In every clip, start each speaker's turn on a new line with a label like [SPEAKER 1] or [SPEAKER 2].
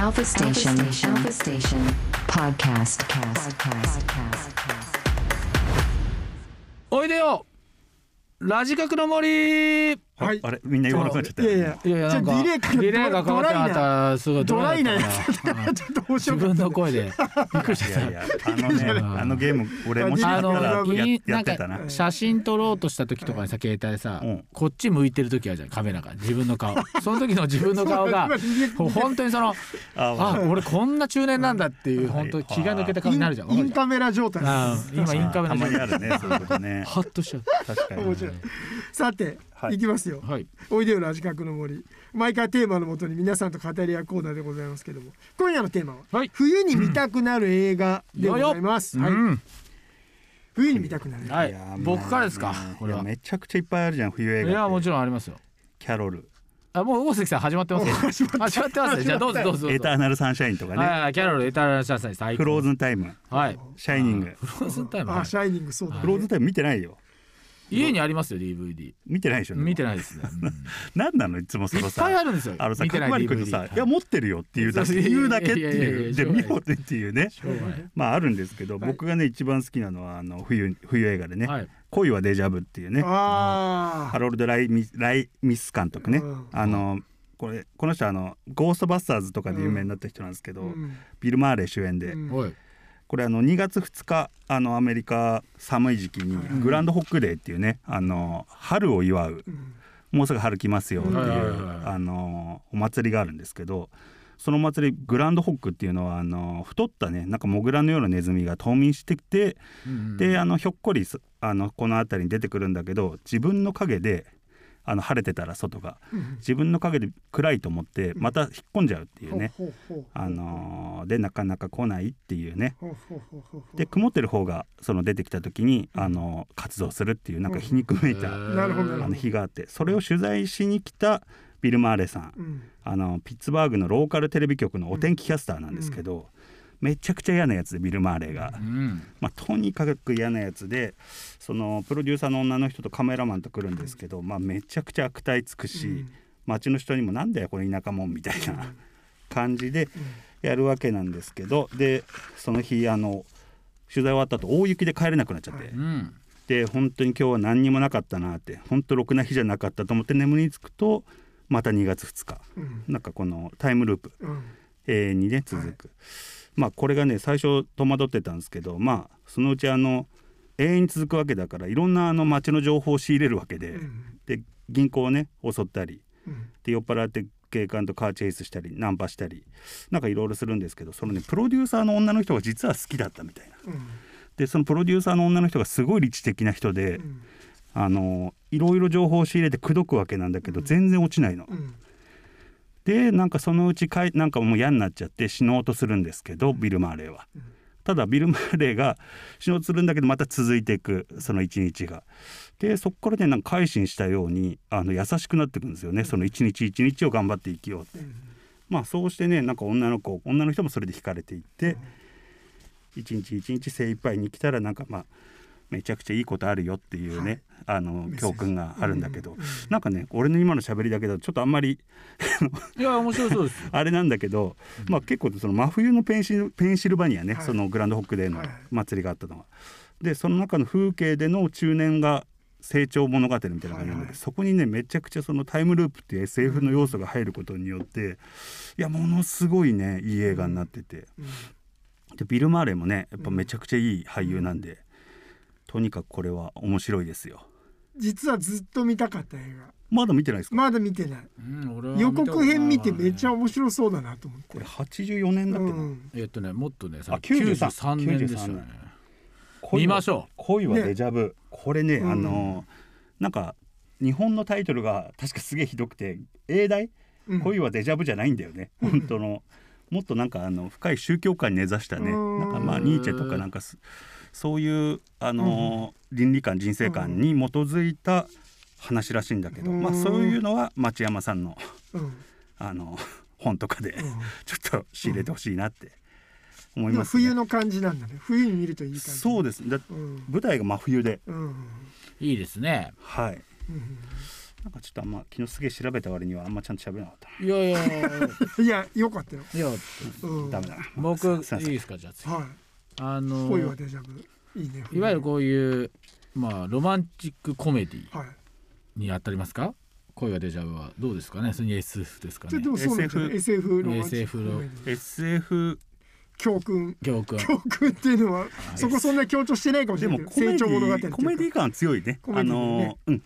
[SPEAKER 1] Alpha Station. Alpha Station. Podcast. Podcast.
[SPEAKER 2] おいでよラジカクの森い
[SPEAKER 3] はい
[SPEAKER 4] あれみんな言わなくなっちゃった
[SPEAKER 3] い
[SPEAKER 4] よ
[SPEAKER 3] やいや
[SPEAKER 2] やいやなんか
[SPEAKER 3] ちょディレイか
[SPEAKER 2] ディレイがかかってな
[SPEAKER 3] ドラ
[SPEAKER 2] かったすごい
[SPEAKER 3] ドライなや
[SPEAKER 2] ド
[SPEAKER 3] つ
[SPEAKER 2] ライだったな
[SPEAKER 3] ちょっと面
[SPEAKER 2] 自
[SPEAKER 3] 白か
[SPEAKER 2] 分
[SPEAKER 3] った
[SPEAKER 2] の声でびっくりし
[SPEAKER 4] い
[SPEAKER 2] ちゃ
[SPEAKER 4] や
[SPEAKER 2] っ
[SPEAKER 4] いやあの ねあのゲーム俺もしか
[SPEAKER 2] た
[SPEAKER 4] っ
[SPEAKER 2] あ
[SPEAKER 4] たらや
[SPEAKER 2] のい
[SPEAKER 4] や
[SPEAKER 2] な
[SPEAKER 4] っ
[SPEAKER 2] んか
[SPEAKER 4] てたな
[SPEAKER 2] 写真撮ろうとした時とかにさ携帯さ
[SPEAKER 4] うん
[SPEAKER 2] こっち向いてる時あるじゃんカメラが自分の顔その時の自分の顔がもう本当にそのあ
[SPEAKER 4] あ
[SPEAKER 2] 俺こんな中年なんだっていう
[SPEAKER 4] はい
[SPEAKER 2] 本当に気が抜けた顔になるじゃんわ
[SPEAKER 3] イ
[SPEAKER 2] か
[SPEAKER 3] ン
[SPEAKER 2] る
[SPEAKER 3] イン
[SPEAKER 2] じゃん
[SPEAKER 3] カメラ状態
[SPEAKER 2] あー今インカメ
[SPEAKER 4] た
[SPEAKER 2] ラ
[SPEAKER 4] まにあ
[SPEAKER 2] で
[SPEAKER 4] る ねそういうこと ね
[SPEAKER 2] ハッとしちゃう
[SPEAKER 4] 確かに
[SPEAKER 3] 面白いさて、
[SPEAKER 4] はい
[SPEAKER 3] い、きますよ
[SPEAKER 2] はい
[SPEAKER 3] おいでよラジカクの森毎回テーマのもとに皆さんと語り合うコーナーでございますけども今夜のテーマは、
[SPEAKER 2] はい
[SPEAKER 3] 冬に見たくなる映画でございます、
[SPEAKER 2] う
[SPEAKER 3] はい
[SPEAKER 2] ん
[SPEAKER 3] 冬に見たくなる
[SPEAKER 2] はい
[SPEAKER 4] や
[SPEAKER 2] 僕からですかこれ
[SPEAKER 4] い
[SPEAKER 2] は
[SPEAKER 4] やめちゃくちゃいっぱいあるじゃん冬映画って
[SPEAKER 2] いやもちろんありますよ
[SPEAKER 4] キャロル
[SPEAKER 2] あもう大関さん始まってますよ始まってますねじゃあどうぞどうぞどう
[SPEAKER 4] エ
[SPEAKER 2] ぞ
[SPEAKER 4] ターナルサンシャインとかね
[SPEAKER 2] はいはいキャロルエターナルシャンサイ最
[SPEAKER 4] クロー
[SPEAKER 2] 高
[SPEAKER 4] ズンタイム
[SPEAKER 2] はい
[SPEAKER 4] シャイニング
[SPEAKER 2] フローズンタイムは
[SPEAKER 3] あ
[SPEAKER 2] い
[SPEAKER 3] シャイニングそうだ、
[SPEAKER 2] は
[SPEAKER 3] ね
[SPEAKER 2] い
[SPEAKER 4] クローズンタイム見てないよ
[SPEAKER 2] 家にありますよ DVD
[SPEAKER 4] 見てないでしょ
[SPEAKER 2] 見てないですねうん
[SPEAKER 4] 何なのいつもそ
[SPEAKER 2] い
[SPEAKER 4] の
[SPEAKER 2] っ
[SPEAKER 4] さ
[SPEAKER 2] ぱいあるんですよ
[SPEAKER 4] あのさ
[SPEAKER 2] 見てない
[SPEAKER 4] 角張り君の
[SPEAKER 2] DVD
[SPEAKER 4] さ
[SPEAKER 2] はい
[SPEAKER 4] いや持ってるよっていうだけ
[SPEAKER 2] そうそう
[SPEAKER 4] 言うだけって
[SPEAKER 2] いやいやい
[SPEAKER 4] い
[SPEAKER 2] や
[SPEAKER 4] う
[SPEAKER 2] い
[SPEAKER 4] で
[SPEAKER 2] や
[SPEAKER 4] 見ようっていうね
[SPEAKER 2] しょうがない
[SPEAKER 4] まああるんですけど僕がね一番好きなのはあの冬冬映画でね
[SPEAKER 2] はい
[SPEAKER 4] 「恋はデジャブ」っていうね
[SPEAKER 3] あ
[SPEAKER 4] ハロルド・ライミライミス監督ね、
[SPEAKER 3] うん
[SPEAKER 4] あのこれこの人はあのゴーストバスターズとかで有名になった人なんですけ
[SPEAKER 3] あ
[SPEAKER 4] ど、ビル・マーレ主演で、
[SPEAKER 2] おい
[SPEAKER 4] これあの2月2日あのアメリカ寒い時期にグランドホックデーっていうねあの春を祝うもうすぐ春来ますよっていう、
[SPEAKER 2] はいはいはいはい
[SPEAKER 4] あのお祭りがあるんですけどそのお祭りグランドホックっていうのはあの太ったねなんかモグラのようなネズミが冬眠してきてであのひょっこりすあのこの辺りに出てくるんだけど自分の影であの晴れてたら外が自分の影で暗いと思ってまた引っ込んじゃうっていうね、
[SPEAKER 3] ほうほうほう
[SPEAKER 4] あのーでなかなか来ないっていうね
[SPEAKER 3] ほうほうほうほうほう
[SPEAKER 4] で曇ってる方がその出てきた時に、あのー活動するっていうなんか皮肉めいた、
[SPEAKER 3] なるほ
[SPEAKER 4] あ
[SPEAKER 3] どなるほ
[SPEAKER 4] の
[SPEAKER 3] ど、
[SPEAKER 4] 日があってそれを取材しに来たビル・マーレさん、
[SPEAKER 3] うん
[SPEAKER 4] あのピッツバーグのローカルテレビ局のお天気キャスターなんですけど、めちゃくちゃ嫌なやつでビル・マーレが。
[SPEAKER 2] うん
[SPEAKER 4] まあ、とにかく嫌なやつでそのプロデューサーの女の人とカメラマンと来るんですけど、まあ、めちゃくちゃ悪態つくし、街の人にも「なんだよこれ田舎もん」みたいな感じでやるわけなんですけどでその日あの取材終わった後大雪で帰れなくなっちゃって、
[SPEAKER 2] うん
[SPEAKER 4] で本当に今日は何にもなかったなって本当ろくな日じゃなかったと思って眠りにつくとまた2月2日、
[SPEAKER 3] うん
[SPEAKER 4] なんかこのタイムループ
[SPEAKER 3] うん
[SPEAKER 4] えーにね続く、まあこれがね最初戸惑ってたんですけどまあそのうちあの永遠に続くわけだからいろんなあの街の情報を仕入れるわけで、
[SPEAKER 3] うん
[SPEAKER 4] で銀行をね襲ったり
[SPEAKER 3] うん
[SPEAKER 4] で酔っ払って警官とカーチェイスしたりナンパしたりなんかいろいろするんですけどそのねプロデューサーの女の人が実は好きだったみたいな。
[SPEAKER 3] うん
[SPEAKER 4] でそのプロデューサーの女の人がすごい理知的な人で、
[SPEAKER 3] ん
[SPEAKER 4] あのいろいろ情報を仕入れて口説くわけなんだけど全然落ちないの。
[SPEAKER 3] うん
[SPEAKER 4] でなんかそのうちかいなんかもう嫌になっちゃって死のうとするんですけどビル・マーレーは。ただビル・マーレーが死のうとするんだけどまた続いていくその一日が。でそこからねなんか改心したようにあの優しくなっていくんですよねその一日一日を頑張って生きようって。まあそうしてねなんか女の子女の人もそれで惹かれていって一日一日精一杯に来たらなんかまあめちゃくちゃいいことあるよっていうね、あの教訓があるんだけど、なんかね俺の今の喋りだけだとちょっとあんまり
[SPEAKER 2] いや面白そうです
[SPEAKER 4] あれなんだけど、まあ、結構その真冬のペンシルペンシルバニアね、
[SPEAKER 3] い
[SPEAKER 4] そのグランドホックデーの
[SPEAKER 3] はい
[SPEAKER 4] 祭りがあったのは。でその中の風景での中年が成長物語みたいな感じなんだけど、
[SPEAKER 3] はいはい
[SPEAKER 4] そこにねめちゃくちゃそのタイムループっていう SF の要素が入ることによっていやものすごいねいい映画になってて、でビル・マーレもねやっぱめちゃくちゃいい俳優なんで、とにかくこれは面白いですよ。
[SPEAKER 3] 実はずっと見たかった映画
[SPEAKER 4] まだ見てないですか、
[SPEAKER 3] まだ見てない
[SPEAKER 2] うん俺は見た
[SPEAKER 3] 予
[SPEAKER 2] ことないわ
[SPEAKER 3] 告編見てめっちゃ面白そうだなと思って
[SPEAKER 4] これ84年だっけな、
[SPEAKER 3] うん
[SPEAKER 2] えっとねもっとねさ
[SPEAKER 4] あ93
[SPEAKER 2] 93年でしたね
[SPEAKER 4] 恋は
[SPEAKER 2] 見ましょう
[SPEAKER 4] 恋は
[SPEAKER 3] ね
[SPEAKER 4] デジャブ、これね、
[SPEAKER 3] うん
[SPEAKER 4] あのなんか日本のタイトルが確かすげえひどくて英題、
[SPEAKER 3] うん
[SPEAKER 4] 恋はデジャブじゃないんだよね本当のもっとなんかあの深い宗教観に根ざしたね
[SPEAKER 3] うん
[SPEAKER 4] なんかまあニーチェとかなんかすそういうあの、倫理観人生観に基づいた話らしいんだけど、
[SPEAKER 3] うん
[SPEAKER 4] まあそういうのは町山さんの
[SPEAKER 3] うん
[SPEAKER 4] あの本とかで、 ちょっと仕入れてほしいなって思い
[SPEAKER 3] で
[SPEAKER 4] ま
[SPEAKER 3] も
[SPEAKER 4] す、ね
[SPEAKER 3] 冬の感じなんだね冬に見るといい感じ
[SPEAKER 4] そうですねだ
[SPEAKER 3] うん
[SPEAKER 4] 舞台が真冬で
[SPEAKER 3] うん
[SPEAKER 2] いいですね
[SPEAKER 4] はい、なんかちょっとあんま昨日すげえ調べた割にはあんまちゃんと喋れなかった
[SPEAKER 2] いやいや
[SPEAKER 3] いやよかったよ、
[SPEAKER 2] いや
[SPEAKER 3] うん、
[SPEAKER 4] な。ダ
[SPEAKER 3] は
[SPEAKER 4] メだな。
[SPEAKER 2] 僕い
[SPEAKER 4] すいま
[SPEAKER 2] い
[SPEAKER 4] せん
[SPEAKER 2] ですかじゃあ次
[SPEAKER 3] い
[SPEAKER 2] あ
[SPEAKER 3] 恋は
[SPEAKER 2] の
[SPEAKER 3] デジャブいいね
[SPEAKER 2] いわゆるこういうまあロマンチックコメディ
[SPEAKER 3] はい
[SPEAKER 2] にあたりますか恋はデジャブはどうですかねそれに SF ですか
[SPEAKER 3] ちょっとで
[SPEAKER 2] ね
[SPEAKER 3] もそうなんですよ SF の
[SPEAKER 2] SF の
[SPEAKER 4] SF
[SPEAKER 3] 教訓
[SPEAKER 2] 教訓
[SPEAKER 3] 教訓っていうのはそこそんな強調してないかもし
[SPEAKER 4] で
[SPEAKER 3] れな
[SPEAKER 4] も
[SPEAKER 3] いけど
[SPEAKER 4] コメ
[SPEAKER 3] 成
[SPEAKER 4] デ
[SPEAKER 3] 長物語ってい
[SPEAKER 4] ィ
[SPEAKER 3] うか
[SPEAKER 4] コメディ感強いね。
[SPEAKER 3] コメディだよね
[SPEAKER 4] あのうん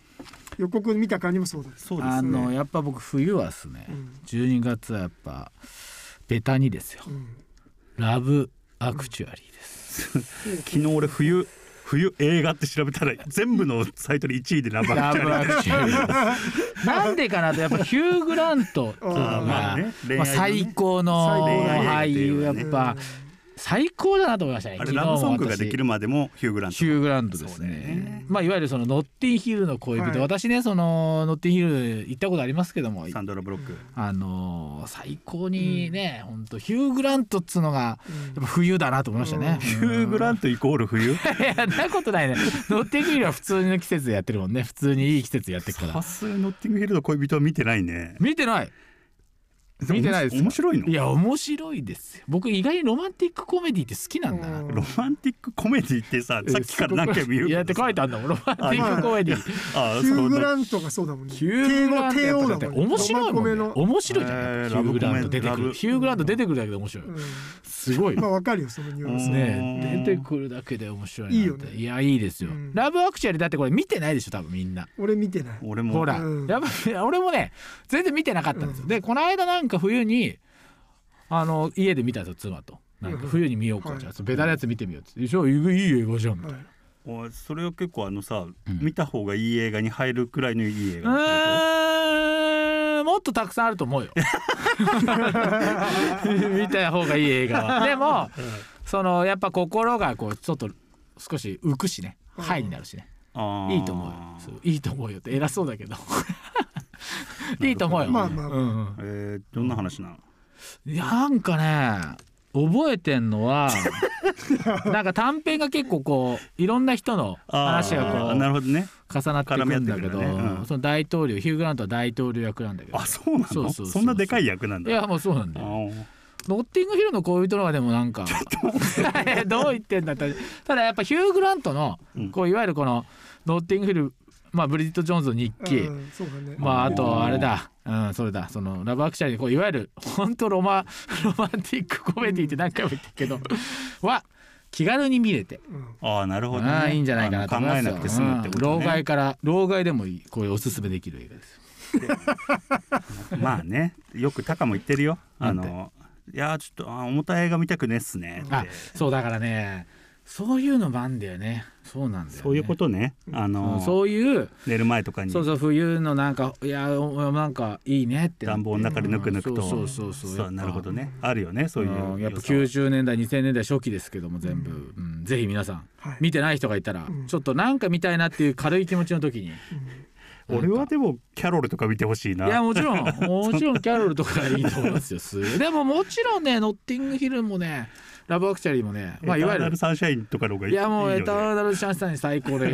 [SPEAKER 3] 予告見た感じもそうです
[SPEAKER 4] そうで
[SPEAKER 2] あ
[SPEAKER 4] す
[SPEAKER 2] の
[SPEAKER 4] ね。
[SPEAKER 2] やっぱ僕冬はですね、
[SPEAKER 3] うん
[SPEAKER 2] 12月はやっぱベタにですよ
[SPEAKER 3] うん
[SPEAKER 2] ラブアクチュアリーです、
[SPEAKER 4] 昨日俺冬冬映画って調べたら全部のサイトで1位でラバー
[SPEAKER 2] ラ
[SPEAKER 4] みたい
[SPEAKER 2] ブ
[SPEAKER 4] な。
[SPEAKER 2] アクチュアリーなんでかなとやっぱヒュー・グラントが、
[SPEAKER 3] あー
[SPEAKER 4] ま
[SPEAKER 2] ま
[SPEAKER 4] あ
[SPEAKER 2] あ
[SPEAKER 4] ね恋愛のね
[SPEAKER 2] 最高の俳優
[SPEAKER 4] 恋
[SPEAKER 2] やっ
[SPEAKER 4] 愛のね
[SPEAKER 2] ぱ最高だなと思いましたね
[SPEAKER 4] あ
[SPEAKER 2] 昨
[SPEAKER 4] れ
[SPEAKER 2] 日
[SPEAKER 4] ラ
[SPEAKER 2] も
[SPEAKER 4] ブソングが
[SPEAKER 2] 私
[SPEAKER 4] できるまでもヒューグラント。
[SPEAKER 2] ヒュー・グラントですね
[SPEAKER 4] そうだよね
[SPEAKER 2] まあいわゆるそのノッティンヒルの恋人、
[SPEAKER 3] はい
[SPEAKER 2] 私ねそのノッティンヒル行ったことありますけども
[SPEAKER 4] サンドラブロック。
[SPEAKER 2] あのー最高にね、ほん、本当ヒュー・グラントっつうのが
[SPEAKER 3] うん
[SPEAKER 2] やっぱ冬だなと思いましたね、
[SPEAKER 4] ヒューグラントイコール 冬。
[SPEAKER 2] いやなことないね乗ってくるは普通の季節でやってるもんね普通にいい季節やってるか
[SPEAKER 4] さ
[SPEAKER 2] ら
[SPEAKER 4] すがにノッティングヒルの恋人は見てないね。
[SPEAKER 2] 見てない見てないですか
[SPEAKER 4] 面白いの
[SPEAKER 2] い。や面白いですよ僕意外にロマンティックコメディって好きなんだな
[SPEAKER 3] うん
[SPEAKER 4] ロマンティックコメディってさ、さっきから何回も言う
[SPEAKER 2] い
[SPEAKER 4] けどさ。
[SPEAKER 2] やって書いてあるんだもんロマンティックコメディ
[SPEAKER 4] あ
[SPEAKER 3] ヒ
[SPEAKER 4] そ
[SPEAKER 3] ュー・
[SPEAKER 4] う
[SPEAKER 3] グ
[SPEAKER 4] だ
[SPEAKER 3] ラントがそうだもんね。
[SPEAKER 2] ヒューグラント
[SPEAKER 3] 帝王
[SPEAKER 2] やっ
[SPEAKER 3] だ
[SPEAKER 2] ぱ
[SPEAKER 3] も
[SPEAKER 2] だ
[SPEAKER 3] ん
[SPEAKER 2] って
[SPEAKER 3] ね
[SPEAKER 2] 面白いもんね
[SPEAKER 3] ロマコメの
[SPEAKER 2] 面白いじゃない
[SPEAKER 4] え
[SPEAKER 2] ヒ
[SPEAKER 4] ー
[SPEAKER 2] ューグラント出て
[SPEAKER 4] ラ
[SPEAKER 2] く
[SPEAKER 4] ブ
[SPEAKER 2] る
[SPEAKER 4] コメラブ
[SPEAKER 2] ヒューグラント出てくるだけで面白いすごい
[SPEAKER 3] うんまあ
[SPEAKER 2] よ
[SPEAKER 3] わかるよそのニュアンス。
[SPEAKER 2] ね出てくるだけで面白いなんて
[SPEAKER 3] いいよね
[SPEAKER 2] いやいいですよ
[SPEAKER 3] うん
[SPEAKER 2] ラブアクチュアリーだってこれ見てないでしょ多分みんな
[SPEAKER 3] 俺見てない。
[SPEAKER 4] 俺も
[SPEAKER 2] ほら、
[SPEAKER 3] うん
[SPEAKER 2] やっぱ り俺もね全然見てなかったんですよ、でこの間なんか冬にあの家で見たんですよ妻となんか冬に見ようか、
[SPEAKER 3] はい
[SPEAKER 2] じゃあベタなやつ見てみようって「一緒いい映画じゃん」みたい
[SPEAKER 3] はい
[SPEAKER 2] な。
[SPEAKER 4] おいそれは結構あのさ、
[SPEAKER 2] ん
[SPEAKER 4] 見た方がいい映画に入るくらいのいい映
[SPEAKER 2] う
[SPEAKER 4] 画だっ
[SPEAKER 2] ーんもっとたくさんあると思うよ 見た方がいい映画 はでも、そのやっぱ心がこうちょっと少し浮くしねハイになるしね、
[SPEAKER 4] たあー
[SPEAKER 2] いいと思うよそういいと思うよって偉そうだ けどいいと思うよ、
[SPEAKER 3] まあまあまあ
[SPEAKER 2] うんうん
[SPEAKER 4] えー、どんな話なの、
[SPEAKER 2] いやなんかね覚えてんの はなんか短編が結構こういろんな人の
[SPEAKER 4] あ
[SPEAKER 2] 話
[SPEAKER 4] ー
[SPEAKER 2] がこう
[SPEAKER 4] なるほどね
[SPEAKER 2] 重なってくるんだけど、
[SPEAKER 4] 絡み合ってくるねうん
[SPEAKER 2] その大統領ヒュー・グラントは大統領役なんだけど
[SPEAKER 4] あそうなの
[SPEAKER 2] そうそうそうそうん
[SPEAKER 4] なでかい役なん
[SPEAKER 2] い
[SPEAKER 4] だ
[SPEAKER 2] やもうそうなんだ
[SPEAKER 4] あ
[SPEAKER 2] よ
[SPEAKER 4] ー
[SPEAKER 2] ノッティングヒルの恋人のはでもなん かどう言ってんだったただやっぱヒュー・グラントの
[SPEAKER 4] うん
[SPEAKER 2] こういわゆるこのノッティングヒル、まあ、ブリジット・ジョーンズの日記、
[SPEAKER 3] うんそうだね。
[SPEAKER 2] まああ
[SPEAKER 4] うん
[SPEAKER 2] とあれだ、うん、それだそのラブアクチャーにこういわゆる本当ロマ ロマンティックコメディって何回も言ってるけど、は気軽に見れて、
[SPEAKER 3] うん
[SPEAKER 4] あーなるほど、ね、
[SPEAKER 2] ああいいんじゃないかなと
[SPEAKER 4] あ
[SPEAKER 2] 思
[SPEAKER 4] の
[SPEAKER 2] い
[SPEAKER 4] 考
[SPEAKER 2] ま
[SPEAKER 4] え
[SPEAKER 2] すよ
[SPEAKER 4] なくて済むってこと
[SPEAKER 2] うん老
[SPEAKER 4] ね、
[SPEAKER 2] 害から老害でもいいこれおすすめできる映画ですよ
[SPEAKER 4] まあねよくタカも言ってるよあ
[SPEAKER 2] な
[SPEAKER 4] のいやーちょっとあー重たい映画見たくねっすねって
[SPEAKER 2] あそうだからねそういうのもあんだよねそうなんだよ、ね、
[SPEAKER 4] そういうことね、あ
[SPEAKER 2] う
[SPEAKER 4] の
[SPEAKER 2] んそういう
[SPEAKER 4] 寝る前とかに
[SPEAKER 2] そうそう冬のなんかいやおなんかいいねってなって
[SPEAKER 4] 暖房の中でぬくぬくと、
[SPEAKER 2] うんそうそうそうそうやっぱ
[SPEAKER 4] なるほどねあるよねそういう
[SPEAKER 2] うんやっぱ
[SPEAKER 4] 良さは
[SPEAKER 2] 90年代2000年代初期ですけども全部、うんぜひ皆さん
[SPEAKER 3] はい
[SPEAKER 2] 見てない人がいたら、
[SPEAKER 3] うん
[SPEAKER 2] ちょっとなんか見たいなっていう軽い気持ちの時に、
[SPEAKER 4] 俺はでもキャロルとか見てほしいない
[SPEAKER 2] やもち ろんもちろんキャロルとかいいと思いますよすごいでももちろんねノッティングヒルもねラブアクチャリーもねまあいわゆ
[SPEAKER 4] エターナ
[SPEAKER 2] る
[SPEAKER 4] ルサンシャインとかの方がいい
[SPEAKER 2] いやもう
[SPEAKER 4] いい
[SPEAKER 2] エ
[SPEAKER 4] よ
[SPEAKER 2] タ
[SPEAKER 4] ね
[SPEAKER 2] ーナルシャンシャイン最高 で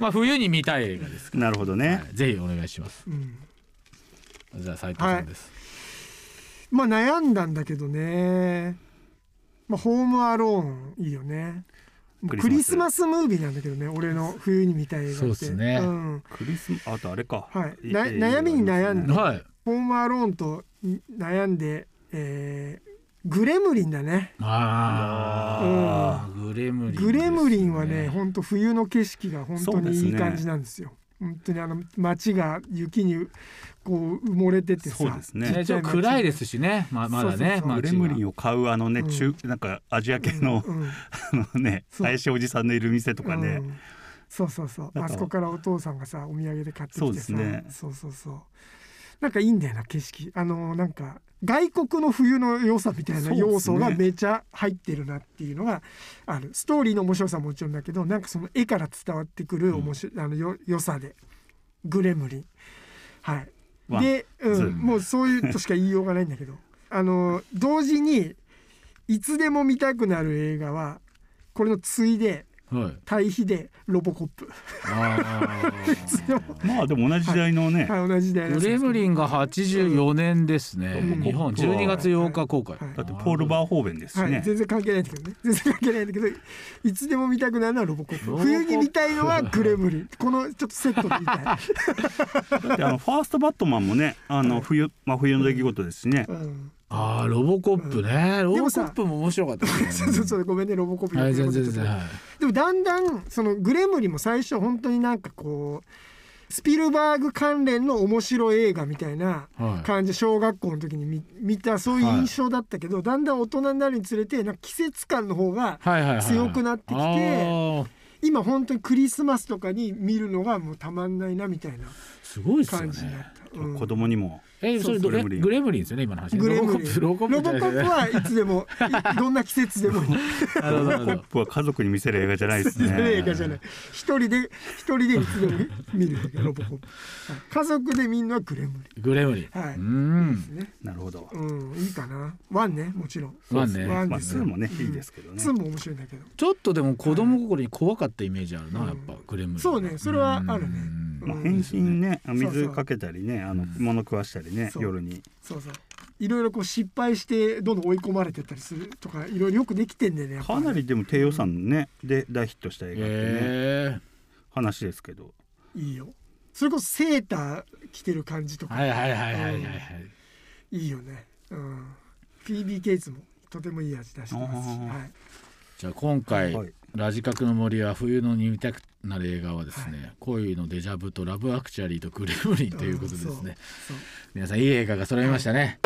[SPEAKER 2] まあ冬に見たい映画ですか
[SPEAKER 4] なるほど
[SPEAKER 2] ら、
[SPEAKER 4] ね、
[SPEAKER 2] はいぜひお願いします
[SPEAKER 3] うん
[SPEAKER 2] じゃあ斉藤さんです、
[SPEAKER 3] まあ悩んだんだけどね。まあホームアローンいいよね。もうク
[SPEAKER 4] ク
[SPEAKER 3] リ
[SPEAKER 4] リ
[SPEAKER 3] ス
[SPEAKER 4] ス
[SPEAKER 3] マ
[SPEAKER 4] マ
[SPEAKER 3] スムービーなんだけどね。俺の冬に見たい映画って。
[SPEAKER 2] そうっすね
[SPEAKER 3] ん
[SPEAKER 4] クリスマあとあれか
[SPEAKER 3] はい
[SPEAKER 4] え
[SPEAKER 3] な
[SPEAKER 4] え
[SPEAKER 3] 悩みに悩んだ
[SPEAKER 2] はい
[SPEAKER 3] ホームアローンと悩んで、えーグレムリンだね。
[SPEAKER 2] ああ、グレムリン、
[SPEAKER 3] グレムリンはね、本当冬の景色が本当にいい感じなんですよ。本当にあの街が雪にこう埋もれててさ。
[SPEAKER 4] そうですね
[SPEAKER 2] ね、ちょっと暗いですしね、ままだね、
[SPEAKER 3] そうそうそ
[SPEAKER 2] 街
[SPEAKER 4] グ
[SPEAKER 3] う
[SPEAKER 2] が
[SPEAKER 4] レムリンを買うあのね、
[SPEAKER 3] うん
[SPEAKER 4] 中なんかアジア系の,、
[SPEAKER 3] うん。
[SPEAKER 4] あのね
[SPEAKER 3] そう
[SPEAKER 4] 怪しいおじさんのいる店とかね、
[SPEAKER 3] うんそうそうそう
[SPEAKER 4] なん
[SPEAKER 3] あ
[SPEAKER 4] か
[SPEAKER 3] そこからお父さんがさお土産で買ってきてさ
[SPEAKER 4] そうですね
[SPEAKER 3] そうそうそうなんかいいんだよな景色あのなんか外国の冬の良さみたいな要素が
[SPEAKER 4] そうですね
[SPEAKER 3] めちゃ入ってるなっていうのがある、ストーリーの面白さももちろんだけどなんかその絵から伝わってくる面白、いあのよ良さでグレムリンはい
[SPEAKER 4] ワン
[SPEAKER 3] で、う
[SPEAKER 4] ツ
[SPEAKER 3] ん、
[SPEAKER 4] ー
[SPEAKER 3] もうそういうとしか言いようがないんだけどあの同時にいつでも見たくなる映画はこれのついで
[SPEAKER 2] はい。
[SPEAKER 3] 対比でロボコップ
[SPEAKER 2] あ
[SPEAKER 4] まあでも同じ時代のね、
[SPEAKER 3] はい同じで
[SPEAKER 2] あ。グレムリンが84年ですね。
[SPEAKER 3] うん
[SPEAKER 2] 日本12月8日公開。
[SPEAKER 3] はい
[SPEAKER 4] だってポール・バーホーベンですし
[SPEAKER 3] はい、
[SPEAKER 4] ね、
[SPEAKER 3] 全然関係ないんだけどね 全然関係ないんだけどいつでも見たくなるのはロボコッ
[SPEAKER 2] ロボ
[SPEAKER 3] プ
[SPEAKER 2] コップ
[SPEAKER 3] 冬に見たいのはグレムリンこのちょっとセットで見 たい、
[SPEAKER 4] だってあのファーストバットマンもねあの冬、まあ、冬の出来事ですしね、
[SPEAKER 3] うん、
[SPEAKER 2] ああロボコップね。ロボコップも面白かったです
[SPEAKER 3] そ
[SPEAKER 2] ね。
[SPEAKER 3] うそうそうごめんねロボコップ
[SPEAKER 2] はい全然
[SPEAKER 3] ちょ
[SPEAKER 2] 全
[SPEAKER 3] っと
[SPEAKER 2] 然。はい
[SPEAKER 3] でもだんだんそのグレムリンも最初本当になんかこうスピルバーグ関連の面白い映画みたいな
[SPEAKER 2] はい。
[SPEAKER 3] 感じ小学校の時に見見たそういう印象だったけど、だんだん大人になるにつれてなんか季節感の方が
[SPEAKER 2] はいはいはいはい。
[SPEAKER 3] 強くなってきて
[SPEAKER 2] あー
[SPEAKER 3] 今本当にクリスマスとかに見るのがもうたまんないなみたいな
[SPEAKER 2] すごいですよ
[SPEAKER 3] 感じになっ
[SPEAKER 2] ね。
[SPEAKER 3] た。うん
[SPEAKER 4] 子供にも
[SPEAKER 2] えそれ
[SPEAKER 4] そう
[SPEAKER 2] どえ
[SPEAKER 4] グレムリン
[SPEAKER 2] グレムリンですよね今の話。
[SPEAKER 3] グレム
[SPEAKER 2] ロボコ
[SPEAKER 3] リン
[SPEAKER 2] ップロボコップ
[SPEAKER 3] ロ
[SPEAKER 2] じ
[SPEAKER 3] ボ
[SPEAKER 2] ゃな
[SPEAKER 3] コッ
[SPEAKER 2] い
[SPEAKER 3] プはいつでもいどんな季節でもいい
[SPEAKER 2] なるほどなるほど
[SPEAKER 4] 僕は家族に見せる映画じゃないですね。
[SPEAKER 3] 映画じゃない一人で一人でいつでも見るんだけどロボコップ、はい家族で見るのはグレムリ
[SPEAKER 2] グレムリン。
[SPEAKER 3] はい
[SPEAKER 2] うん。
[SPEAKER 3] ンね
[SPEAKER 4] なるほど。
[SPEAKER 3] うんいいかなワンねもちろん
[SPEAKER 2] まあね。
[SPEAKER 3] ワン
[SPEAKER 4] ま
[SPEAKER 3] で
[SPEAKER 4] あ、
[SPEAKER 3] す
[SPEAKER 4] 数
[SPEAKER 3] よ、
[SPEAKER 4] もね、
[SPEAKER 3] うん
[SPEAKER 4] いいですけどね
[SPEAKER 3] ツ。ーも面白いんだけど
[SPEAKER 2] ちょっとでも子供心に怖かったイメージあるな、やっぱグレムリンは
[SPEAKER 3] そうねそれはある
[SPEAKER 2] う
[SPEAKER 3] ね
[SPEAKER 2] ん
[SPEAKER 3] うん
[SPEAKER 4] まあ、変身ね、
[SPEAKER 3] そう
[SPEAKER 4] 水
[SPEAKER 3] そう
[SPEAKER 4] かけたりね、あの物食わしたりね、
[SPEAKER 3] そう
[SPEAKER 4] 夜に。
[SPEAKER 3] そうそういろいろこう失敗してどんどん追い込まれてったりするとかいろいろよくできてんだよねやっぱ
[SPEAKER 4] かなりでも低予算ね、で大ヒットした映画ってね、
[SPEAKER 2] え
[SPEAKER 4] 話ですけど。
[SPEAKER 3] いいよそれこそセーター着てる感じと
[SPEAKER 2] え
[SPEAKER 3] か
[SPEAKER 2] はいはいはいはいはいはい
[SPEAKER 3] いいよねうんフィービー・ケイツもとてもいい味出してますし、
[SPEAKER 4] あー
[SPEAKER 3] はい、
[SPEAKER 2] じゃあ今回、
[SPEAKER 4] はい
[SPEAKER 2] ラジカクの森は冬のに見たくなる映画はですね、恋のデジャブとラブアクチュアリーとグレムリンということですね、
[SPEAKER 3] そう
[SPEAKER 2] 皆さんいい映画が揃いましたね、